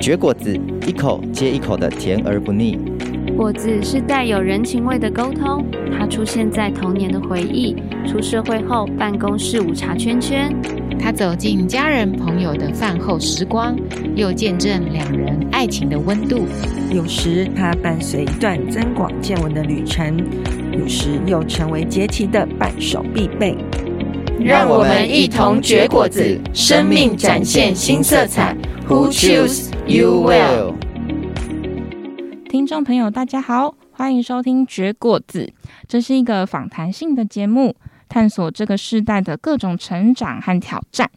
绝果子一口接一口的甜而不腻。果子是带有人情味的沟通，它出现在童年的回忆、出社会后办公室午茶圈圈。他走进家人朋友的饭后时光，又见证两人爱情的温度。有时它伴随一段增广见闻的旅程，有时又成为节气的伴手必备。让我们一同结果子，生命展现新色彩。Who choose you will？听众朋友，大家好，欢迎收听《绝果子》，这是一个访谈性的节目，探索这个世代的各种成长和挑战。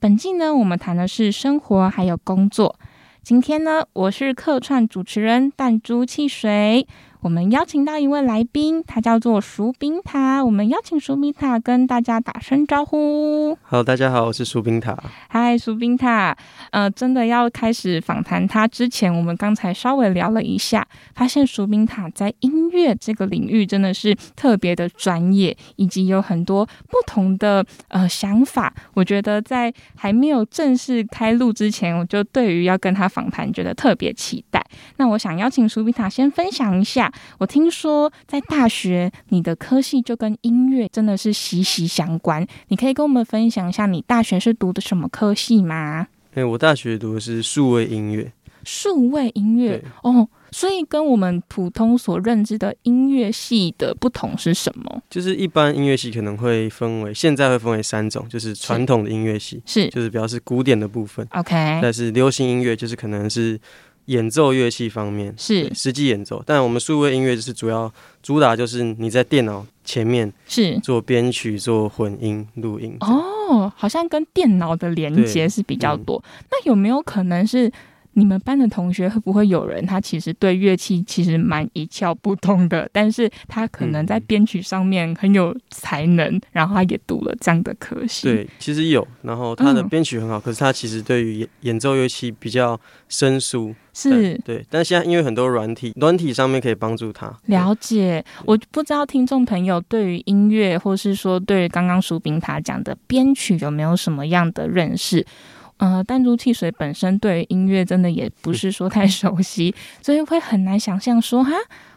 本季呢，我们谈的是生活还有工作。今天呢，我是客串主持人弹珠汽水。我们邀请到一位来宾，他叫做薯饼塔。我们邀请薯饼塔跟大家打声招呼。 Hello，大家好，我是苏冰塔。嗨，苏冰塔，呃，真的要开始访谈他之前，我们刚才稍微聊了一下，发现苏冰塔在音乐这个领域真的是特别的专业，以及有很多不同的呃想法。我觉得在还没有正式开录之前，我就对于要跟他访谈觉得特别期待。那我想邀请苏冰塔先分享一下，我听说在大学你的科系就跟音乐真的是息息相关，你可以跟我们分享一下你大学是读的什么科系吗？哎、我大学读的是数位音乐，数位音乐对哦，所以跟我们普通所认知的音乐系的不同是什么？就是一般音乐系可能会分为，现在会分为三种，就是传统的音乐系，是就是比较是古典的部分， OK，但是流行音乐就是可能是演奏乐器方面，是对实际演奏。但我们数位音乐就是主要主打就是你在电脑前面是做编曲、做混音、录音。哦，哦，好像跟电脑的连接对是比较嗯多。那有没有可能是？你们班的同学会不会有人，他其实对乐器其实蛮一窍不通的，但是他可能在嗯编曲上面很有才能，然后他也读了这样的科系。对，其实有。然后他的嗯编曲很好，可是他其实对于演演奏乐器比较生疏。是对，对但现在因为很多软体，软体上面可以帮助他。对了解，我不知道听众朋友对于音乐，或是说对于刚刚苏冰塔讲的编曲有没有什么样的认识？呃，弹珠汽水本身对于音乐真的也不是说太熟悉， 所以会很难想象说哈，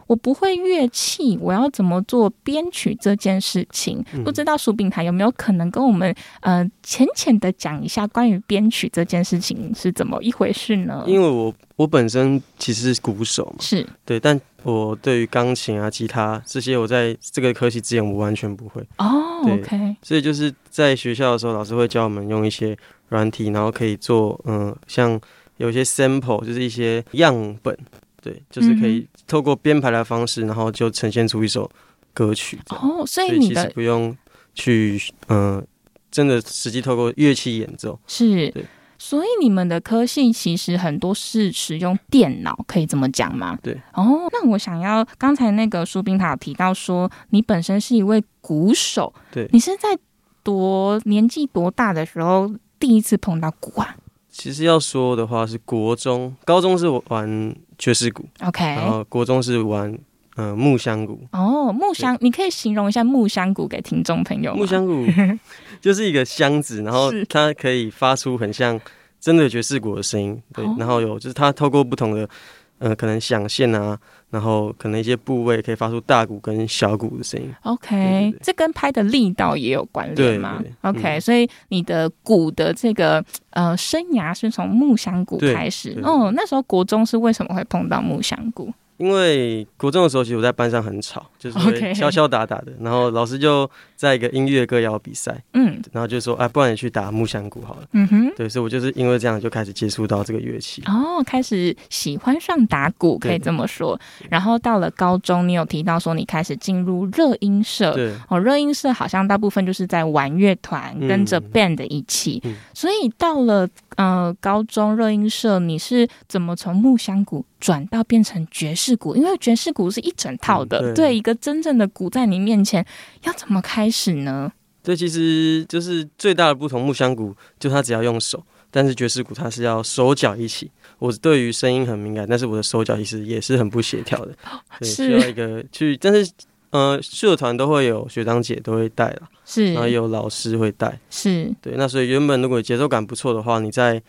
我不会乐器，我要怎么做编曲这件事情？嗯不知道苏冰塔有没有可能跟我们呃浅浅的讲一下关于编曲这件事情是怎么一回事呢？因为我我本身其实是鼓手嘛，是对，但我对于钢琴啊、吉他这些，我在这个科系之前我完全不会，哦对，OK，所以就是在学校的时候，老师会教我们用一些软体，然后可以做，嗯、像有一些 sample，就是一些样本，对，就是可嗯以透过编排的方式，然后就呈现出一首歌曲这样。哦，所以所以你其实的不用去，嗯、真的实际透过乐器演奏，是对，所以你们的科系其实很多是使用电脑，可以这么讲吗？对。哦，那我想要刚才那个苏冰塔有提到说，你本身是一位鼓手，对你是在多年纪多大的时候第一次碰到鼓啊其实要说的话是国中、高中是玩爵士鼓，然？OK。后国中是玩呃木箱鼓。哦，木箱，你可以形容一下木箱鼓给听众朋友吗木箱 鼓就是一个箱子，然后是它可以发出很像真的爵士鼓的声音，对哦，然后有就是它透过不同的呃可能响线啊，然后可能一些部位可以发出大鼓跟小鼓的声音。 OK，对对对这跟拍的力道也有关联吗对对 o k 嗯所以你的鼓的这个呃生涯是从木香鼓对开始对。哦，那时候国中是为什么会碰到木香鼓？因为国中的时候，其实我在班上很吵，就是 OK 会敲敲打打的。然后老师就在一个音乐歌谣比赛，嗯然后就说：“哎、不然你去打木箱鼓好了。嗯哼”。对，所以我就是因为这样就开始接触到这个乐器。哦，开始喜欢上打鼓，可以对这么说。然后到了高中，你有提到说你开始进入热音社，对，哦，热音社好像大部分就是在玩乐团，嗯跟着 band 一起。嗯所以到了呃高中热音社，你是怎么从木箱鼓转到变成爵士鼓？因为爵士鼓是一整套的，嗯对对一个真正的鼓在你面前，要怎么开始呢？对，其实就是最大的不同，木箱鼓就它只要用手，但是爵士鼓它是要手脚一起。我对于声音很敏感，但是我的手脚其实也是很不协调的，对，哦是需要一个去，但是。呃，社团都会有学长姐都会带啦，然后也是有老师会带，是对，那所以原本如果节奏感不错的话，你在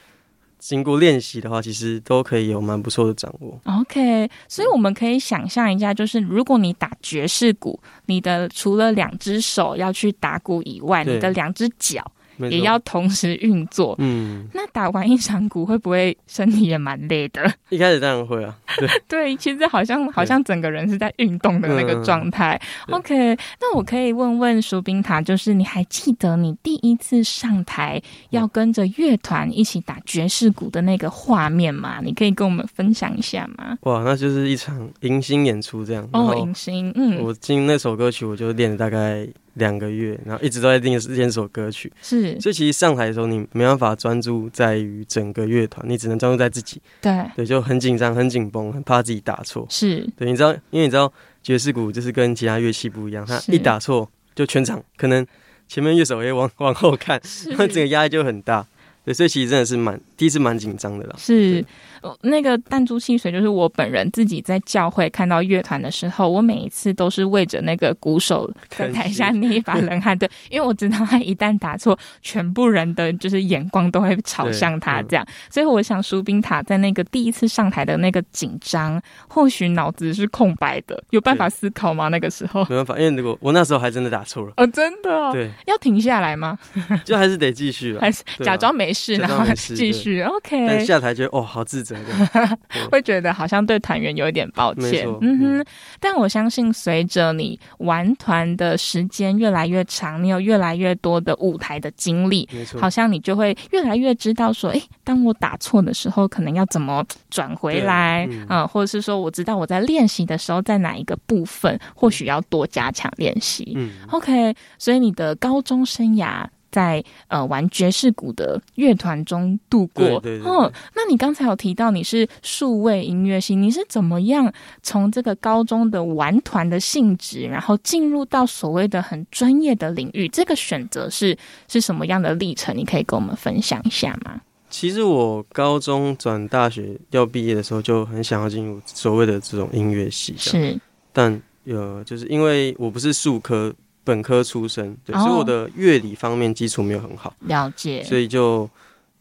经过练习的话，其实都可以有蛮不错的掌握。 OK，所以我们可以想象一下，就是如果你打爵士鼓，你的除了两只手要去打鼓以外，对你的两只脚没错也要同时运作。嗯，那打完一场鼓会不会身体也蛮累的？一开始当然会啊，对，对，其实好像好像整个人是在运动的那个状态。嗯 OK，那我可以问问舒冰塔，就是你还记得你第一次上台要跟着乐团一起打爵士鼓的那个画面吗？你可以跟我们分享一下吗？哇，那就是一场迎新演出这样。然哦，后影星，嗯，我进那首歌曲，我就练了大概两个月，然后一直都在练练首歌曲。是，所以其实上台的时候，你没办法专注在于整个乐团，你只能专注在自己，对，对，就很紧张、很紧绷，很怕自己打错。是，对，你知道，因为你知道爵士鼓就是跟其他乐器不一样，它是一打错就全场可能前面乐手也往往后看，是然后整个压力就很大。对，所以其实真的是蛮第一次蛮紧张的啦。是，呃那个弹珠汽水就是我本人自己在教会看到乐团的时候，我每一次都是为着那个鼓手在台下那一把冷 汗，对，因为我知道他一旦打错，全部人的就是眼光都会朝向他对嗯这样，所以我想舒宾塔在那个第一次上台的那个紧张，或许脑子是空白的，有办法对思考吗？那个时候？没办法，因为如果我那时候还真的打错了，哦，真的哦、对，要停下来吗？就还是得 继续了还。是对啊假装没事，假然装后没事继续？OK，但下台觉得哦，好自责这样。 会觉得好像对团员有一点抱没歉错，嗯哼。但我相信，随着你玩团的时间越来越长，你有越来越多的舞台的经历，没错，好像你就会越来越知道说，诶，当我打错的时候，可能要怎么转回来，对嗯呃或者是说，我知道我在练习的时候在哪一个部分，或许要多加强练习。嗯， OK，所以你的高中生涯在呃玩爵士鼓的乐团中度过。对对对嗯，那你刚才有提到你是数位音乐系，你是怎么样从这个高中的玩团的性质，然后进入到所谓的很专业的领域？这个选择是是什么样的历程？你可以跟我们分享一下吗？其实我高中转大学要毕业的时候，就很想要进入所谓的这种音乐系，这样是但呃，就是因为我不是数科本科出身，对，哦所以我的乐理方面基础没有很好，了解，所以就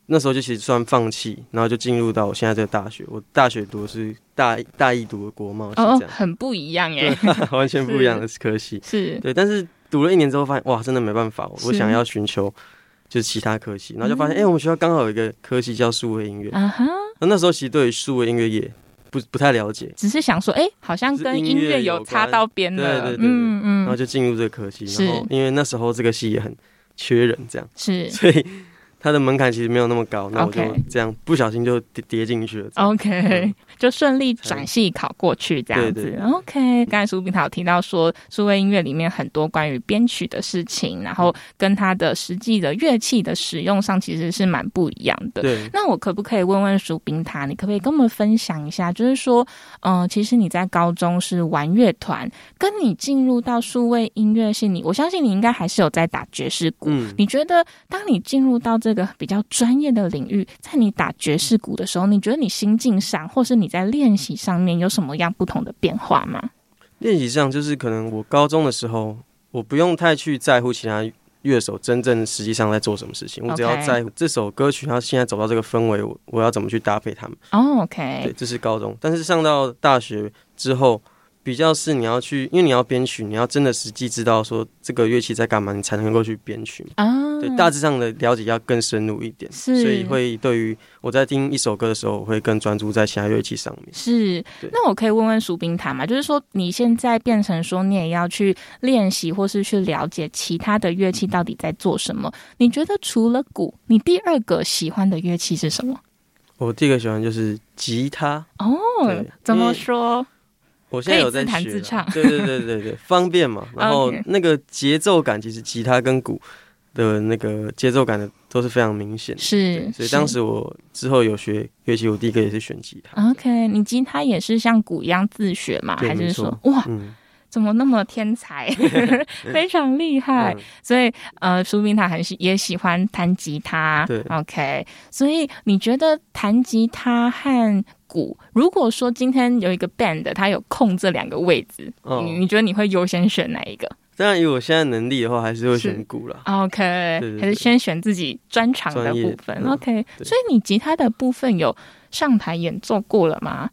那时候就其实算放弃，然后就进入到我现在这个大学。我大学读的是大一大一读的国贸系，哦，这样、很不一样耶，对， 完全不一样的科 系。是对，但是读了一年之后，发现哇，真的没办法，我是我想要寻求就是其他科系，然后就发现，嗯哎、我们学校刚好有一个科系叫数位音乐，啊哈，那那时候其实对于数位音乐也不不太了解，只是想说，诶，好像是跟音音乐乐有有擦关到边了，对对对对嗯嗯，然后就进入这个科系，是然后因为那时候这个系也很缺人，这样，是所以它的门槛其实没有那么高，那我就 OK 这样不小心就跌跌进去了。这样 OK，嗯 就顺利转系考过去这样对子对。 OK，刚才苏炳涛有提到说，数位音乐里面很多关于编曲的事情，然嗯后跟它的实际的乐器的使用上其实是蛮不一样的。嗯对，那我可不可以问问苏冰塔，你可不可以跟我们分享一下？就是说，嗯、其实你在高中是玩乐团，跟你进入到数位音乐系，你我相信你应该还是有在打爵士鼓。嗯，你觉得，当你进入到这个比较专业的领域，在你打爵士鼓的时候，你觉得你心境上，或是你在练习上面有什么样不同的变化吗？练习上就是可能我高中的时候，我不用太去在乎其他乐手真正实际上在做什么事情，我只要 OK 在乎这首歌曲它现在走到这个氛围，我我要怎么去搭配它们。哦对， ，OK，这是高中，但是上到大学之后。比较是你要去，因为你要编曲，你要真的实际知道说这个乐器在干嘛，你才能够去编曲嘛。啊，对，大致上的了解要更深入一点，是所以会对于我在听一首歌的时候，我会更专注在其他乐器上面。是对。那我可以问问苏冰塔嘛？就是说，你现在变成说，你也要去练习，或是去了解其他的乐器到底在做什么？你觉得除了鼓，你第二个喜欢的乐器是什么？我第一个喜欢就是吉他，哦对，怎因么为说？我现在有在学啦可以自弹自唱对对对对对，方 便嘛。然后 OK 那个节奏感，其实吉他跟鼓的那个节奏感的都是非常明显的。是，所以是啊当时我之后有学乐器，我第一个也是选吉他。 OK，你吉他也是像鼓一样自学吗？对还没是错说，哇，嗯，怎么那么天 才， 非常厉害？嗯所以，呃，苏明他很喜也喜欢弹吉他。对，OK，所以你觉得弹吉他和鼓，如果说今天有一个 band 它有空这两个位置，哦嗯你你觉得你会优先选哪一个？当然以我现在能力的话，还是会选鼓啦。 OK，对对对还是先选自己专长的专业部分。嗯 OK，对所以你吉他的部分有上台演奏过了吗？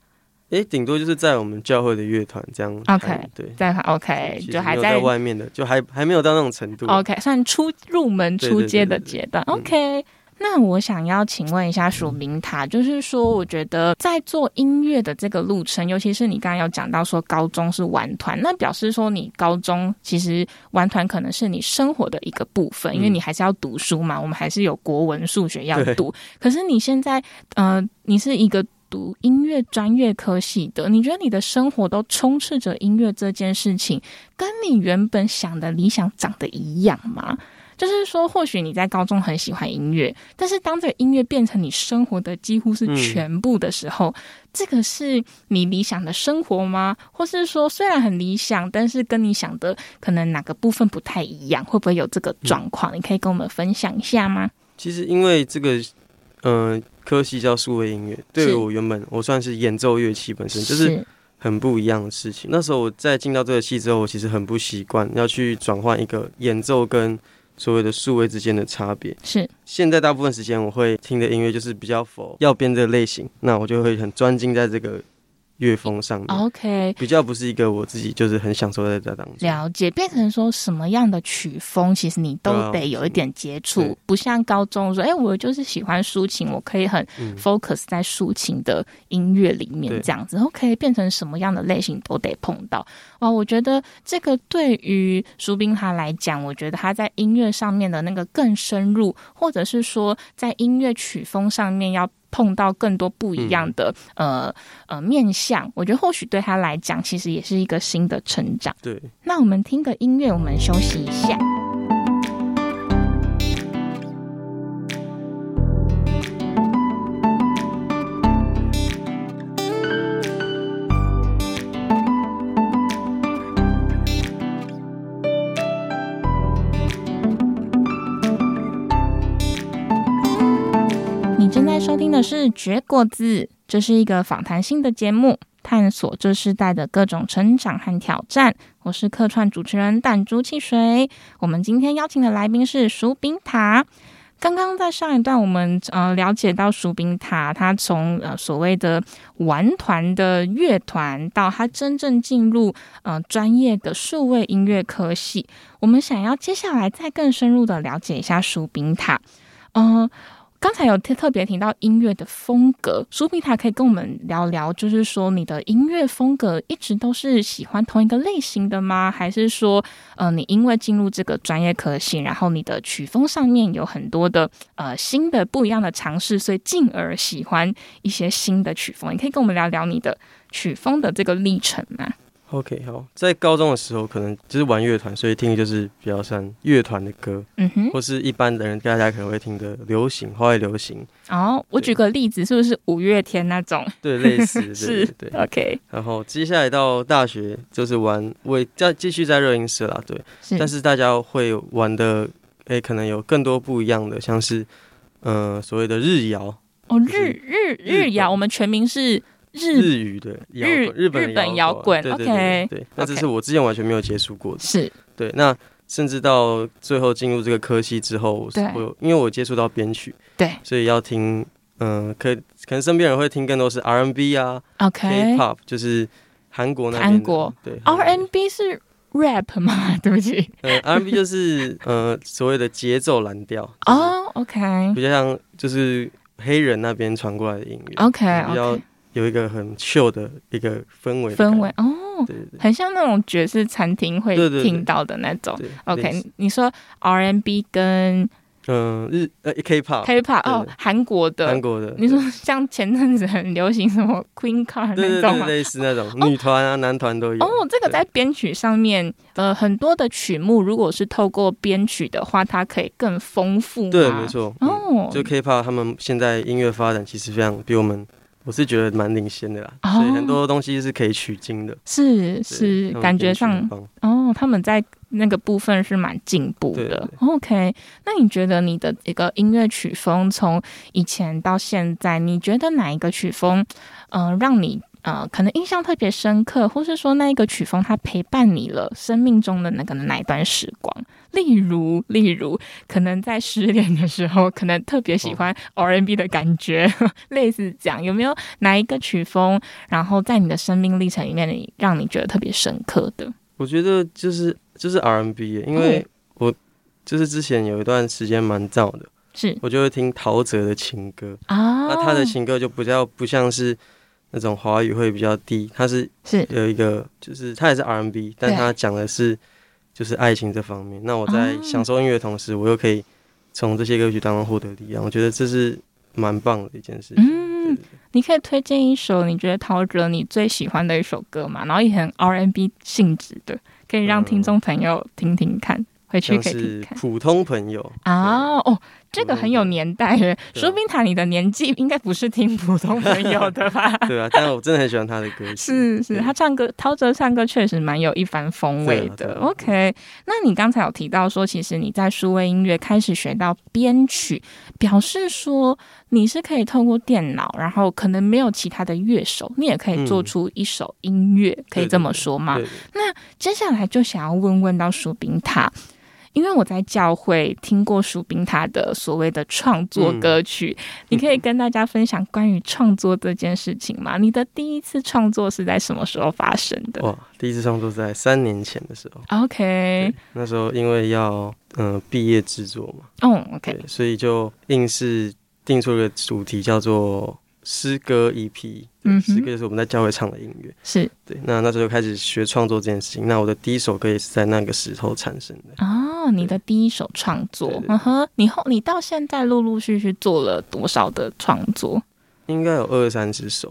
诶，顶多就是在我们教会的乐团这样弹。 OK 对，在 OK，其实就还没有在在外面的，就还还没有到那种程度。 OK，算出入门对出对街对的对阶段。嗯 OK，那我想要请问一下署名塔，就是说，我觉得在做音乐的这个路程，尤其是你刚刚有讲到说高中是玩团，那表示说你高中其实玩团可能是你生活的一个部分，因为嗯你还是要读书嘛，我们还是有国文、数学要对读。可是你现在，呃，你是一个。读音乐专业科系的，你觉得你的生活都充斥着音乐这件事情，跟你原本想的理想长得一样吗？就是说，或许你在高中很喜欢音乐，但是当这个音乐变成你生活的几乎是嗯全部的时候，这个是你理想的生活吗？或是说，虽然很理想，但是跟你想的可能哪个部分不太一样？会不会有这个状嗯况？你可以跟我们分享一下吗？其实因为这个，嗯、科系叫数位音乐，对是于我原本我算是演奏乐器本身，就是很不一样的事情。那时候我在进到这个系之后，我其实很不习惯要去转换一个演奏跟所谓的数位之间的差别。是现在大部分时间我会听的音乐就是比较否要编的类型，那我就会很专精在这个乐风上面，哦，OK，比较不是一个我自己就是很享受在这当中。了解，变成说什么样的曲风，其实你对都啊得有一点接触，对不像高中说，哎、我就是喜欢抒情，我可以很嗯 focus 在抒情的音乐里面对这样子，然后可以变成什么样的类型都得碰到。哇，我觉得这个对于苏冰他来讲，我觉得他在音乐上面的那个更深入，或者是说在音乐曲风上面要。碰到更多不一嗯样的、呃呃面向，我觉得或许对他来讲，其实也是一个新的成长。对，那我们听个音乐，我们休息一下。你正在收听的是《绝果子》，这是一个访谈性的节目，探索这世代的各种成长和挑战。我是客串主持人弹珠汽水。我们今天邀请的来宾是薯饼塔。刚刚在上一段，我们呃了解到薯饼塔，他从呃所谓的玩团的乐团，到他真正进入呃专业的数位音乐科系。我们想要接下来再更深入的了解一下薯饼塔。嗯、刚才有特特别提到音乐的风格，苏比塔可以跟我们聊聊，就是说你的音乐风格一直都是喜欢同一个类型的吗？还是说，呃，你因为进入这个专业科系，然后你的曲风上面有很多的呃新的不一样的尝试，所以进而喜欢一些新的曲风？你可以跟我们聊聊你的曲风的这个历程吗？ OK，好，在高中的时候，可能就是玩乐团，所以听的就是比较像乐团的歌，嗯哼，或是一般的人大家可能会听的流行、花外流行，哦，我对举个例子，是不是五月天那种？对，类 似，是对对对。 OK，然后接下来到大学就是玩，我也在继续在热音社啦，对。是，但是大家会玩的，诶、可能有更多不一样的，像是呃所谓的日谣、哦，就是日日日日谣，本我们全名是日日语的摇日滚、日本日的本摇摇滚对对 OK，对对。那这是我之前完全没有接触过的。是对，那甚至到最后进入这个科系之后，对我因为我接触到编曲，对所以要听，嗯、可可能身边人会听更多是 R&B 啊、 OK。 K-pop，就是韩国那边的韩国对 RNB 是 rap 吗？ 对不起。呃 R&B 就是呃所谓的节奏蓝调，哦，OK、o 比较像就是黑人那边传过来的音乐 k OK 比 OK，较有一个很秀的一个氛围的感觉，氛围哦，对对很像那种爵士餐厅会对对对听到的那种。对对类似哦 OK，你说 RNB 跟嗯、日呃 K-pop K-pop 哦对对，韩国韩的，国的，你说像前阵子很流行什么 Queen Card 对那对种对，吗？类似那种女团啊、男团都有。哦，这个对在编曲上面，呃，很多的曲目如果是透过编曲的话，它可以更丰富嘛。对，没错。嗯哦，就 K-pop 他们现在音乐发展其实非常比我们，我是觉得蛮领先的啦，哦所以很多东西是可以取经的。是对是他，们感觉编曲很上棒哦，他们在那个部分是蛮进步对的对。 OK，那你觉得你的一个音乐曲风从以前到现在，你觉得哪一个曲风，呃，让你呃，可能印象特别深刻，或是说那一个曲风它陪伴你了生命中的那个那一段时光。例如， 例如，可能在失恋的时候，可能特别喜欢 R&B 的感觉， 类似这样。有没有哪一个曲风，然后在你的生命历程里面，你让你觉得特别深刻的？我觉得就是就是 R&B，耶因为嗯我就是之前有一段时间蛮燥的，是我就会听陶喆的情歌，啊，那他的情歌就比较不像是那种华语会比较低，他是是有一个就是他也是 R&B，但他讲的是就是爱情这方面。那我在哦享受音乐的同时，我又可以从这些歌曲当中获得力量，我觉得这是蛮棒的一件事情。嗯对对对你可以推荐一首你觉得陶喆你最喜欢的一首歌嘛？然后也很 R&B 性质的，可以让嗯听众朋友听听看，回去像可以听是听看。普通朋友啊哦，这个普通很有朋友年代耶。对啊说明塔，你的年纪应该不是听普通朋友的吧？对对啊，但我真的很喜欢他的歌曲。是是，对他唱歌，陶喆唱歌确实蛮有一番风味对的啊对。啊 OK，那你刚才有提到说，其实你在数位音乐开始学到编曲，表示说你是可以透过电脑，然后可能没有其他的乐手，你也可以做嗯出一首音乐，可以对这对么对说吗？对对接下来就想要问问到薯饼塔，因为我在教会听过薯饼塔的所谓的创作歌曲，嗯你可以跟大家分享关于创作这件事情吗？你的第一次创作是在什么时候发生的哇，第一次创作是在三年前的时候， ？OK，对那时候因为要嗯、呃毕业制作嘛，嗯，OK，对，所以就硬是定出了主题叫做诗歌 EP。嗯诗歌哼，就是我们在教会唱的音乐。是对，那那时候就开始学创作这件事情。那我的第一首歌也是在那个时候产生的。哦，你的第一首创对作对，对嗯哼，你后你到现在陆陆续续做了多少的创作？应该有二三十首，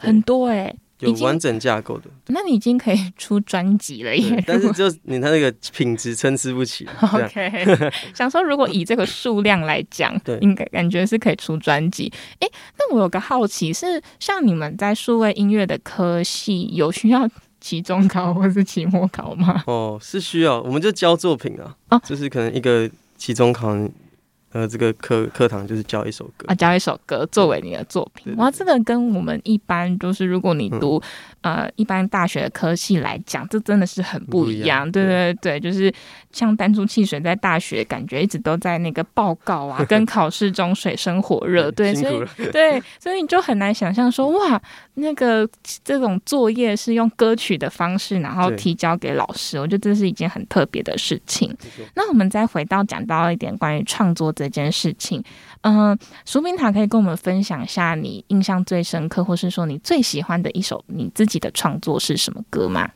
对很多哎、有已经完整架构的。那你已经可以出专辑了耶 对，！但是就是你它那个品质参差不齐。这样 OK，想说如果以这个数量来讲，对应该感觉是可以出专辑。诶，那我有个好奇是，像你们在数位音乐的科系有需要期中考或是期末考吗？哦，是需要，我们就教作品啊，哦就是可能一个期中考，呃，这个课课堂就是教一首歌。啊，教一首歌作为你的作品对，对嗯哇，这个跟我们一般就是如果你读、呃一般大学的科系来讲，这真的是很不一不一样对对对，就是像单株汽水在大学感觉一直都在那个报告 啊，跟考试中水深火热，对，辛所以苦 了。对，所以你就很难想象说，哇，那个这种作业是用歌曲的方式，然后对提交给老师，我觉得这是一件很特别的事情错。那我们再回到讲到一点关于创作这件事情，嗯、苏明塔可以跟我们分享一下你印象最深刻，或是说你最喜欢的一首你自己的创作是什么歌吗？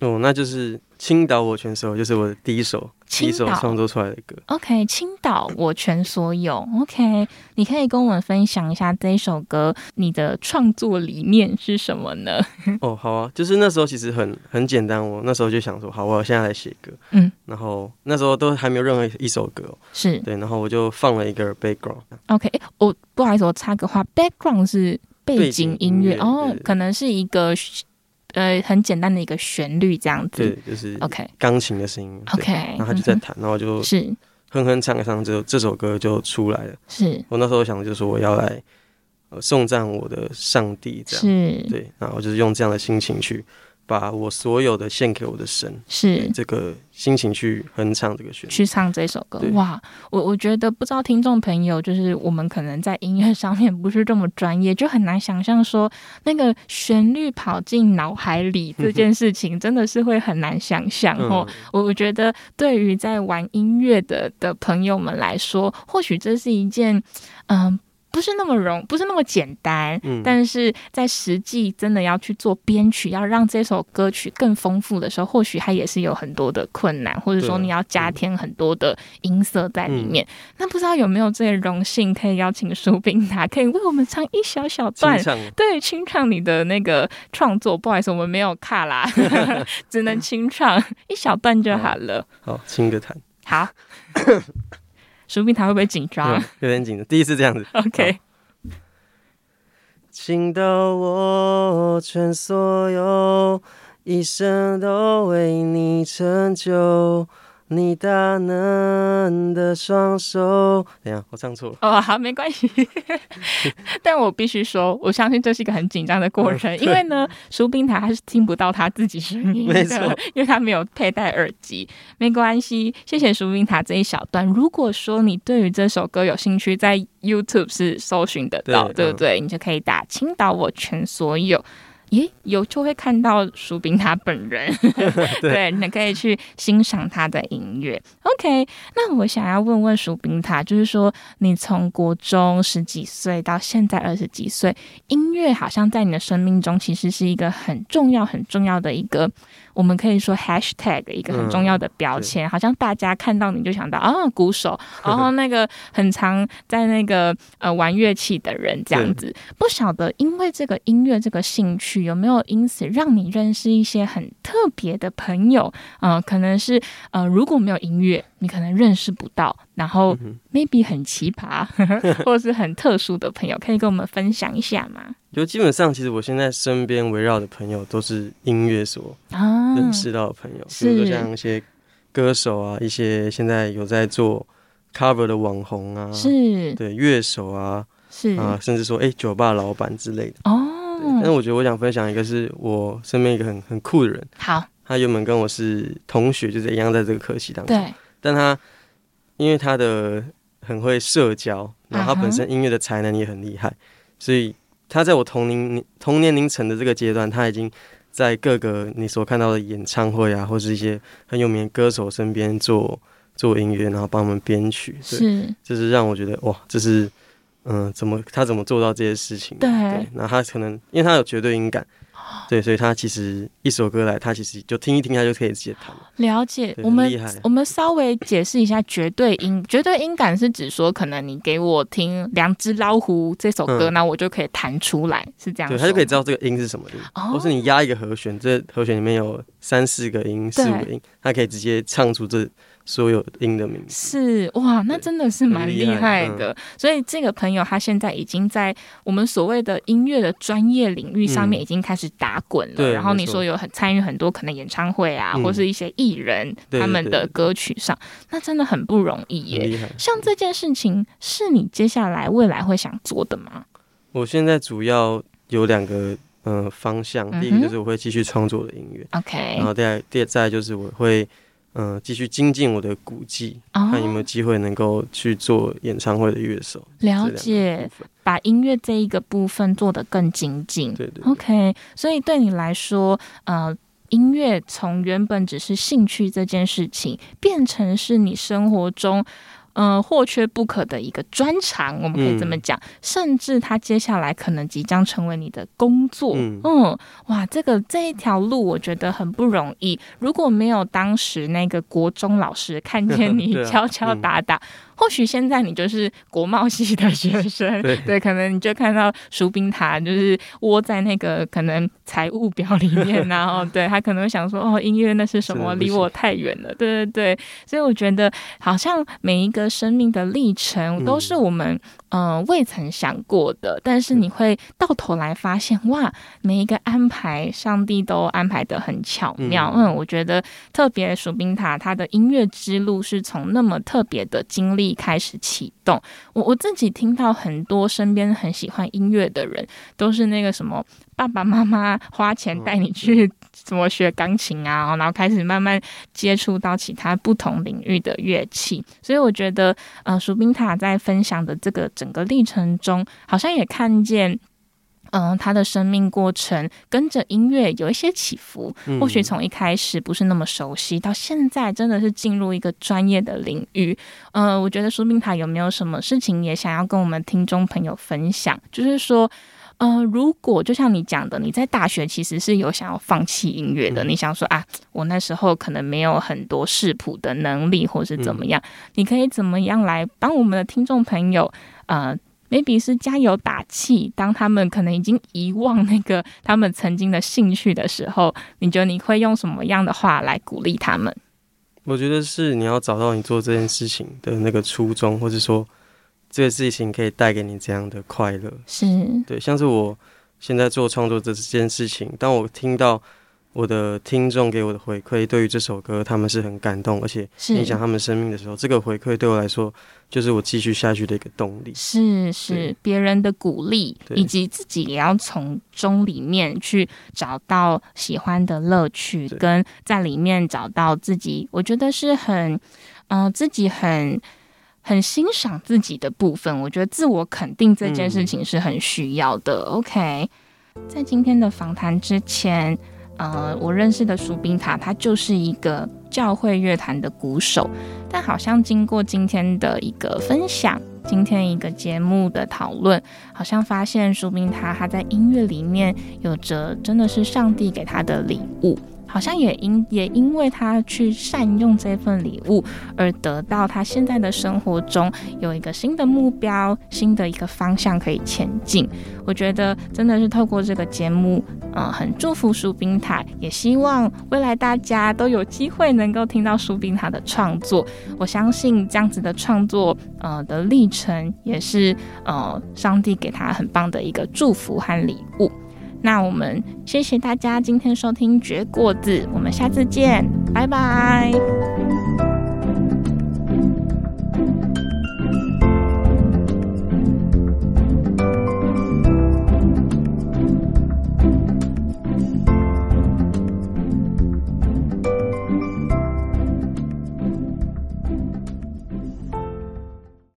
哦，那就是《青岛我全收》，就是我的第一首第一首青岛创作出来的歌。 OK，青岛我全所有。OK，你可以跟我们分享一下这一首歌你的创作理念是什么呢？哦，好啊，就是那时候其实很很简单，我那时候就想说，好，我现在来写歌，嗯，然后那时候都还没有任何一首歌哦、是对，然后我就放了一个 background， OK，诶我不好意思，我插个话，background 是背背景景音乐音乐哦对，对可能是一个呃很简单的一个旋律这样对子。，就是 OK 钢琴的声音对 OK，然后他就在弹，然后我就嗯哼哼唱唱这这首歌就出来了。是我那时候想的就是我要来、呃、颂赞我的上帝，这是样是对，然后我就是用这样的心情去把我所有的献给我的神，对是。这个心情去哼唱这个旋律。去唱这首歌对哇！我我觉得不知道听众朋友，就是我们可能在音乐上面不是这么专业，就很难想象说那个旋律跑进脑海里这件事情，真的是会很难想象哦。嗯，我我觉得对于在玩音乐的的朋友们来说，或许这是一件，嗯、不是那么容，不是那么简单。嗯但是在实际真的要去做编曲，要让这首歌曲更丰富的时候，或许它也是有很多的困难，或者说对啊嗯你要加添很多的音色在里面。那不知道有没有这个荣幸，可以邀请苏冰塔，可以为我们唱一小小段清唱 对，清唱你的那个创作，不好意思，我们没有卡啦，只能清唱一小段就好了。好，哦清个弹。好， 薯饼他会不会紧张、嗯有点紧张，第一次这样子。 o k 倾倒我全所有，一生都为你成就。你大能的双手。等一下，我唱错了。哦，好，没关系。 但我必须说，我相信这是一个很紧张的嗯过程，因为呢，苏冰塔他是听不到他自己声音的，没错因为他没有佩戴耳机。没关系，谢谢苏冰塔这一小段。如果说你对于这首歌有兴趣，在 YouTube 是搜寻得到，对嗯对不对？你就可以打“青岛我全所有”。耶，有就会看到苏冰他本 人， 对，你可以去欣赏他的音乐。OK，那我想要问问苏冰塔，就是说你从国中十几岁到现在二十几岁，音乐好像在你的生命中其实是一个很重要、很重要的一个，我们可以说 hashtag 一个很重要的标签，好像大家看到你就想到啊、鼓手，然后那个很常在那个呃玩乐器的人这样子。不晓得因为这个音乐这个兴趣，有没有因此让你认识一些很特别的朋友？呃，可能是呃，如果没有音乐，你可能认识不到，然嗯后 maybe 很奇葩 或是很特殊的朋友，可以跟我们分享一下吗？就基本上，其实我现在身边围绕的朋友都是音乐所啊，认识到的朋友，是比如说像一些歌手啊，一些现在有在做 cover 的网红啊，是对乐手啊是啊，甚至说哎、酒吧老板之类的。对但是哦，我觉得我想分享一个是我身边一个很很酷的人，好，他原本跟我是同学，就是一样在这个科系当中。对，但他因为他的很会社交，然后嗯哼他本身音乐的才能也很厉害，所以他在我同龄同年龄层的这个阶段，他已经在各个你所看到的演唱会啊，或是一些很有名的歌手身边做做音乐，然后帮我们编曲，对，是，这是让我觉得哇，这是嗯、怎么他怎么做到这些事情的？对对，然后他可能因为他有绝对音感。对，所以他其实一首歌来，他其实就听一听，他就可以直接弹了。了解，对我很厉害们我们稍微解释一下绝对音，绝对音感是指说，可能你给我听《两只老虎》这首歌，嗯那、我就可以弹出来，是这样对，说吗，他就可以知道这个音是什么音，哦或是你压一个和弦，这和弦里面有三四个音、对四五个音，他可以直接唱出这所有音的名字。是哇，那对真的是蛮厉害很厉嗯的。所以这个朋友他现在已经在我们所谓的音乐的专业领域上面嗯已经开始打滚了。对然后你没错说有很参与很多可能演唱会啊，嗯或是一些艺人对他们对的对嗯歌曲上，那真的很不容易很耶。厉害！像这件事情是你接下来未来会想做的吗？我现在主要有两个嗯、呃方向，第一嗯个哼哎就是我会继续创作我的音乐， OK，然后再来第再来就是我会嗯、呃继续精进我的鼓技，哦看有没有机会能够去做演唱会的乐手。了这两个解部，分把音乐这一个部分做得更精进。对对对 OK，所以对你来说，呃，音乐从原本只是兴趣这件事情，变成是你生活中。呃，或缺不可的一个专长，我们可以这么嗯讲，甚至它接下来可能即将成为你的工作。嗯哇，这个这一条路我觉得很不容易。如果没有当时那个国中老师看见你 对啊敲敲嗯打打，或许现在你就是国贸系的学生， 对可能你就看到苏冰塔就是窝在那个可能财务表里面，然后对他可能会想说，哦，音乐那是什么，真的不离行我太远了，对对对，所以我觉得好像每一个生命的历程嗯嗯都是我们嗯、呃未曾想过的，但是你会到头来发现，哇，每一个安排，上帝都安排的很巧妙，嗯嗯我觉得特别蜀冰塔他的音乐之路是从那么特别的经历开始启动。我我自己听到很多身边很喜欢音乐的人，都是那个什么爸爸妈妈花钱带你去怎么学钢琴啊，然后开始慢慢接触到其他不同领域的乐器。所以我觉得，呃，蜀冰塔在分享的这个整个历程中，好像也看见。嗯，他的生命过程跟着音乐有一些起伏，嗯或许从一开始不是那么熟悉，到现在真的是进入一个专业的领域。呃，我觉得苏冰塔有没有什么事情也想要跟我们听众朋友分享？就是说，呃，如果就像你讲的，你在大学其实是有想要放弃音乐的，嗯你想说啊，我那时候可能没有很多视谱的能力，或是怎嗯么样，你可以怎么样来帮我们的听众朋友，呃。maybe 是加油打气，当他们可能已经遗忘那个他们曾经的兴趣的时候，你觉得你会用什么样的话来鼓励他们？我觉得是你要找到你做这件事情的那个初衷，或是说这个事情可以带给你怎样的快乐。是对，像是我现在做创作这件事情，当我听到我的听众给我的回馈，对于这首歌他们是很感动，而且是影响他们生命的时候，这个回馈对我来说就是我继续下去的一个动力。是是对别人的鼓励，对以及自己也要从中里面去找到喜欢的乐趣，对跟在里面找到自己，我觉得是很，嗯、自己很。很欣赏自己的部分，我觉得自我肯定这件事情是很需要的。OK，在今天的访谈之前，呃，我认识的苏冰塔，他就是一个教会乐坛的鼓手，但好像经过今天的一个分享，今天一个节目的讨论，好像发现舒冰他他在音乐里面有着真的是上帝给他的礼物。好像也因也因为他去善用这份礼物，而得到他现在的生活中有一个新的目标、新的一个方向可以前进。我觉得真的是透过这个节目，呃，很祝福舒冰塔，也希望未来大家都有机会能够听到舒冰塔的创作，我相信这样子的创作，呃的历程也是呃上帝给他很棒的一个祝福和礼物。那我们谢谢大家今天收听《绝果子》，我们下次见，拜拜。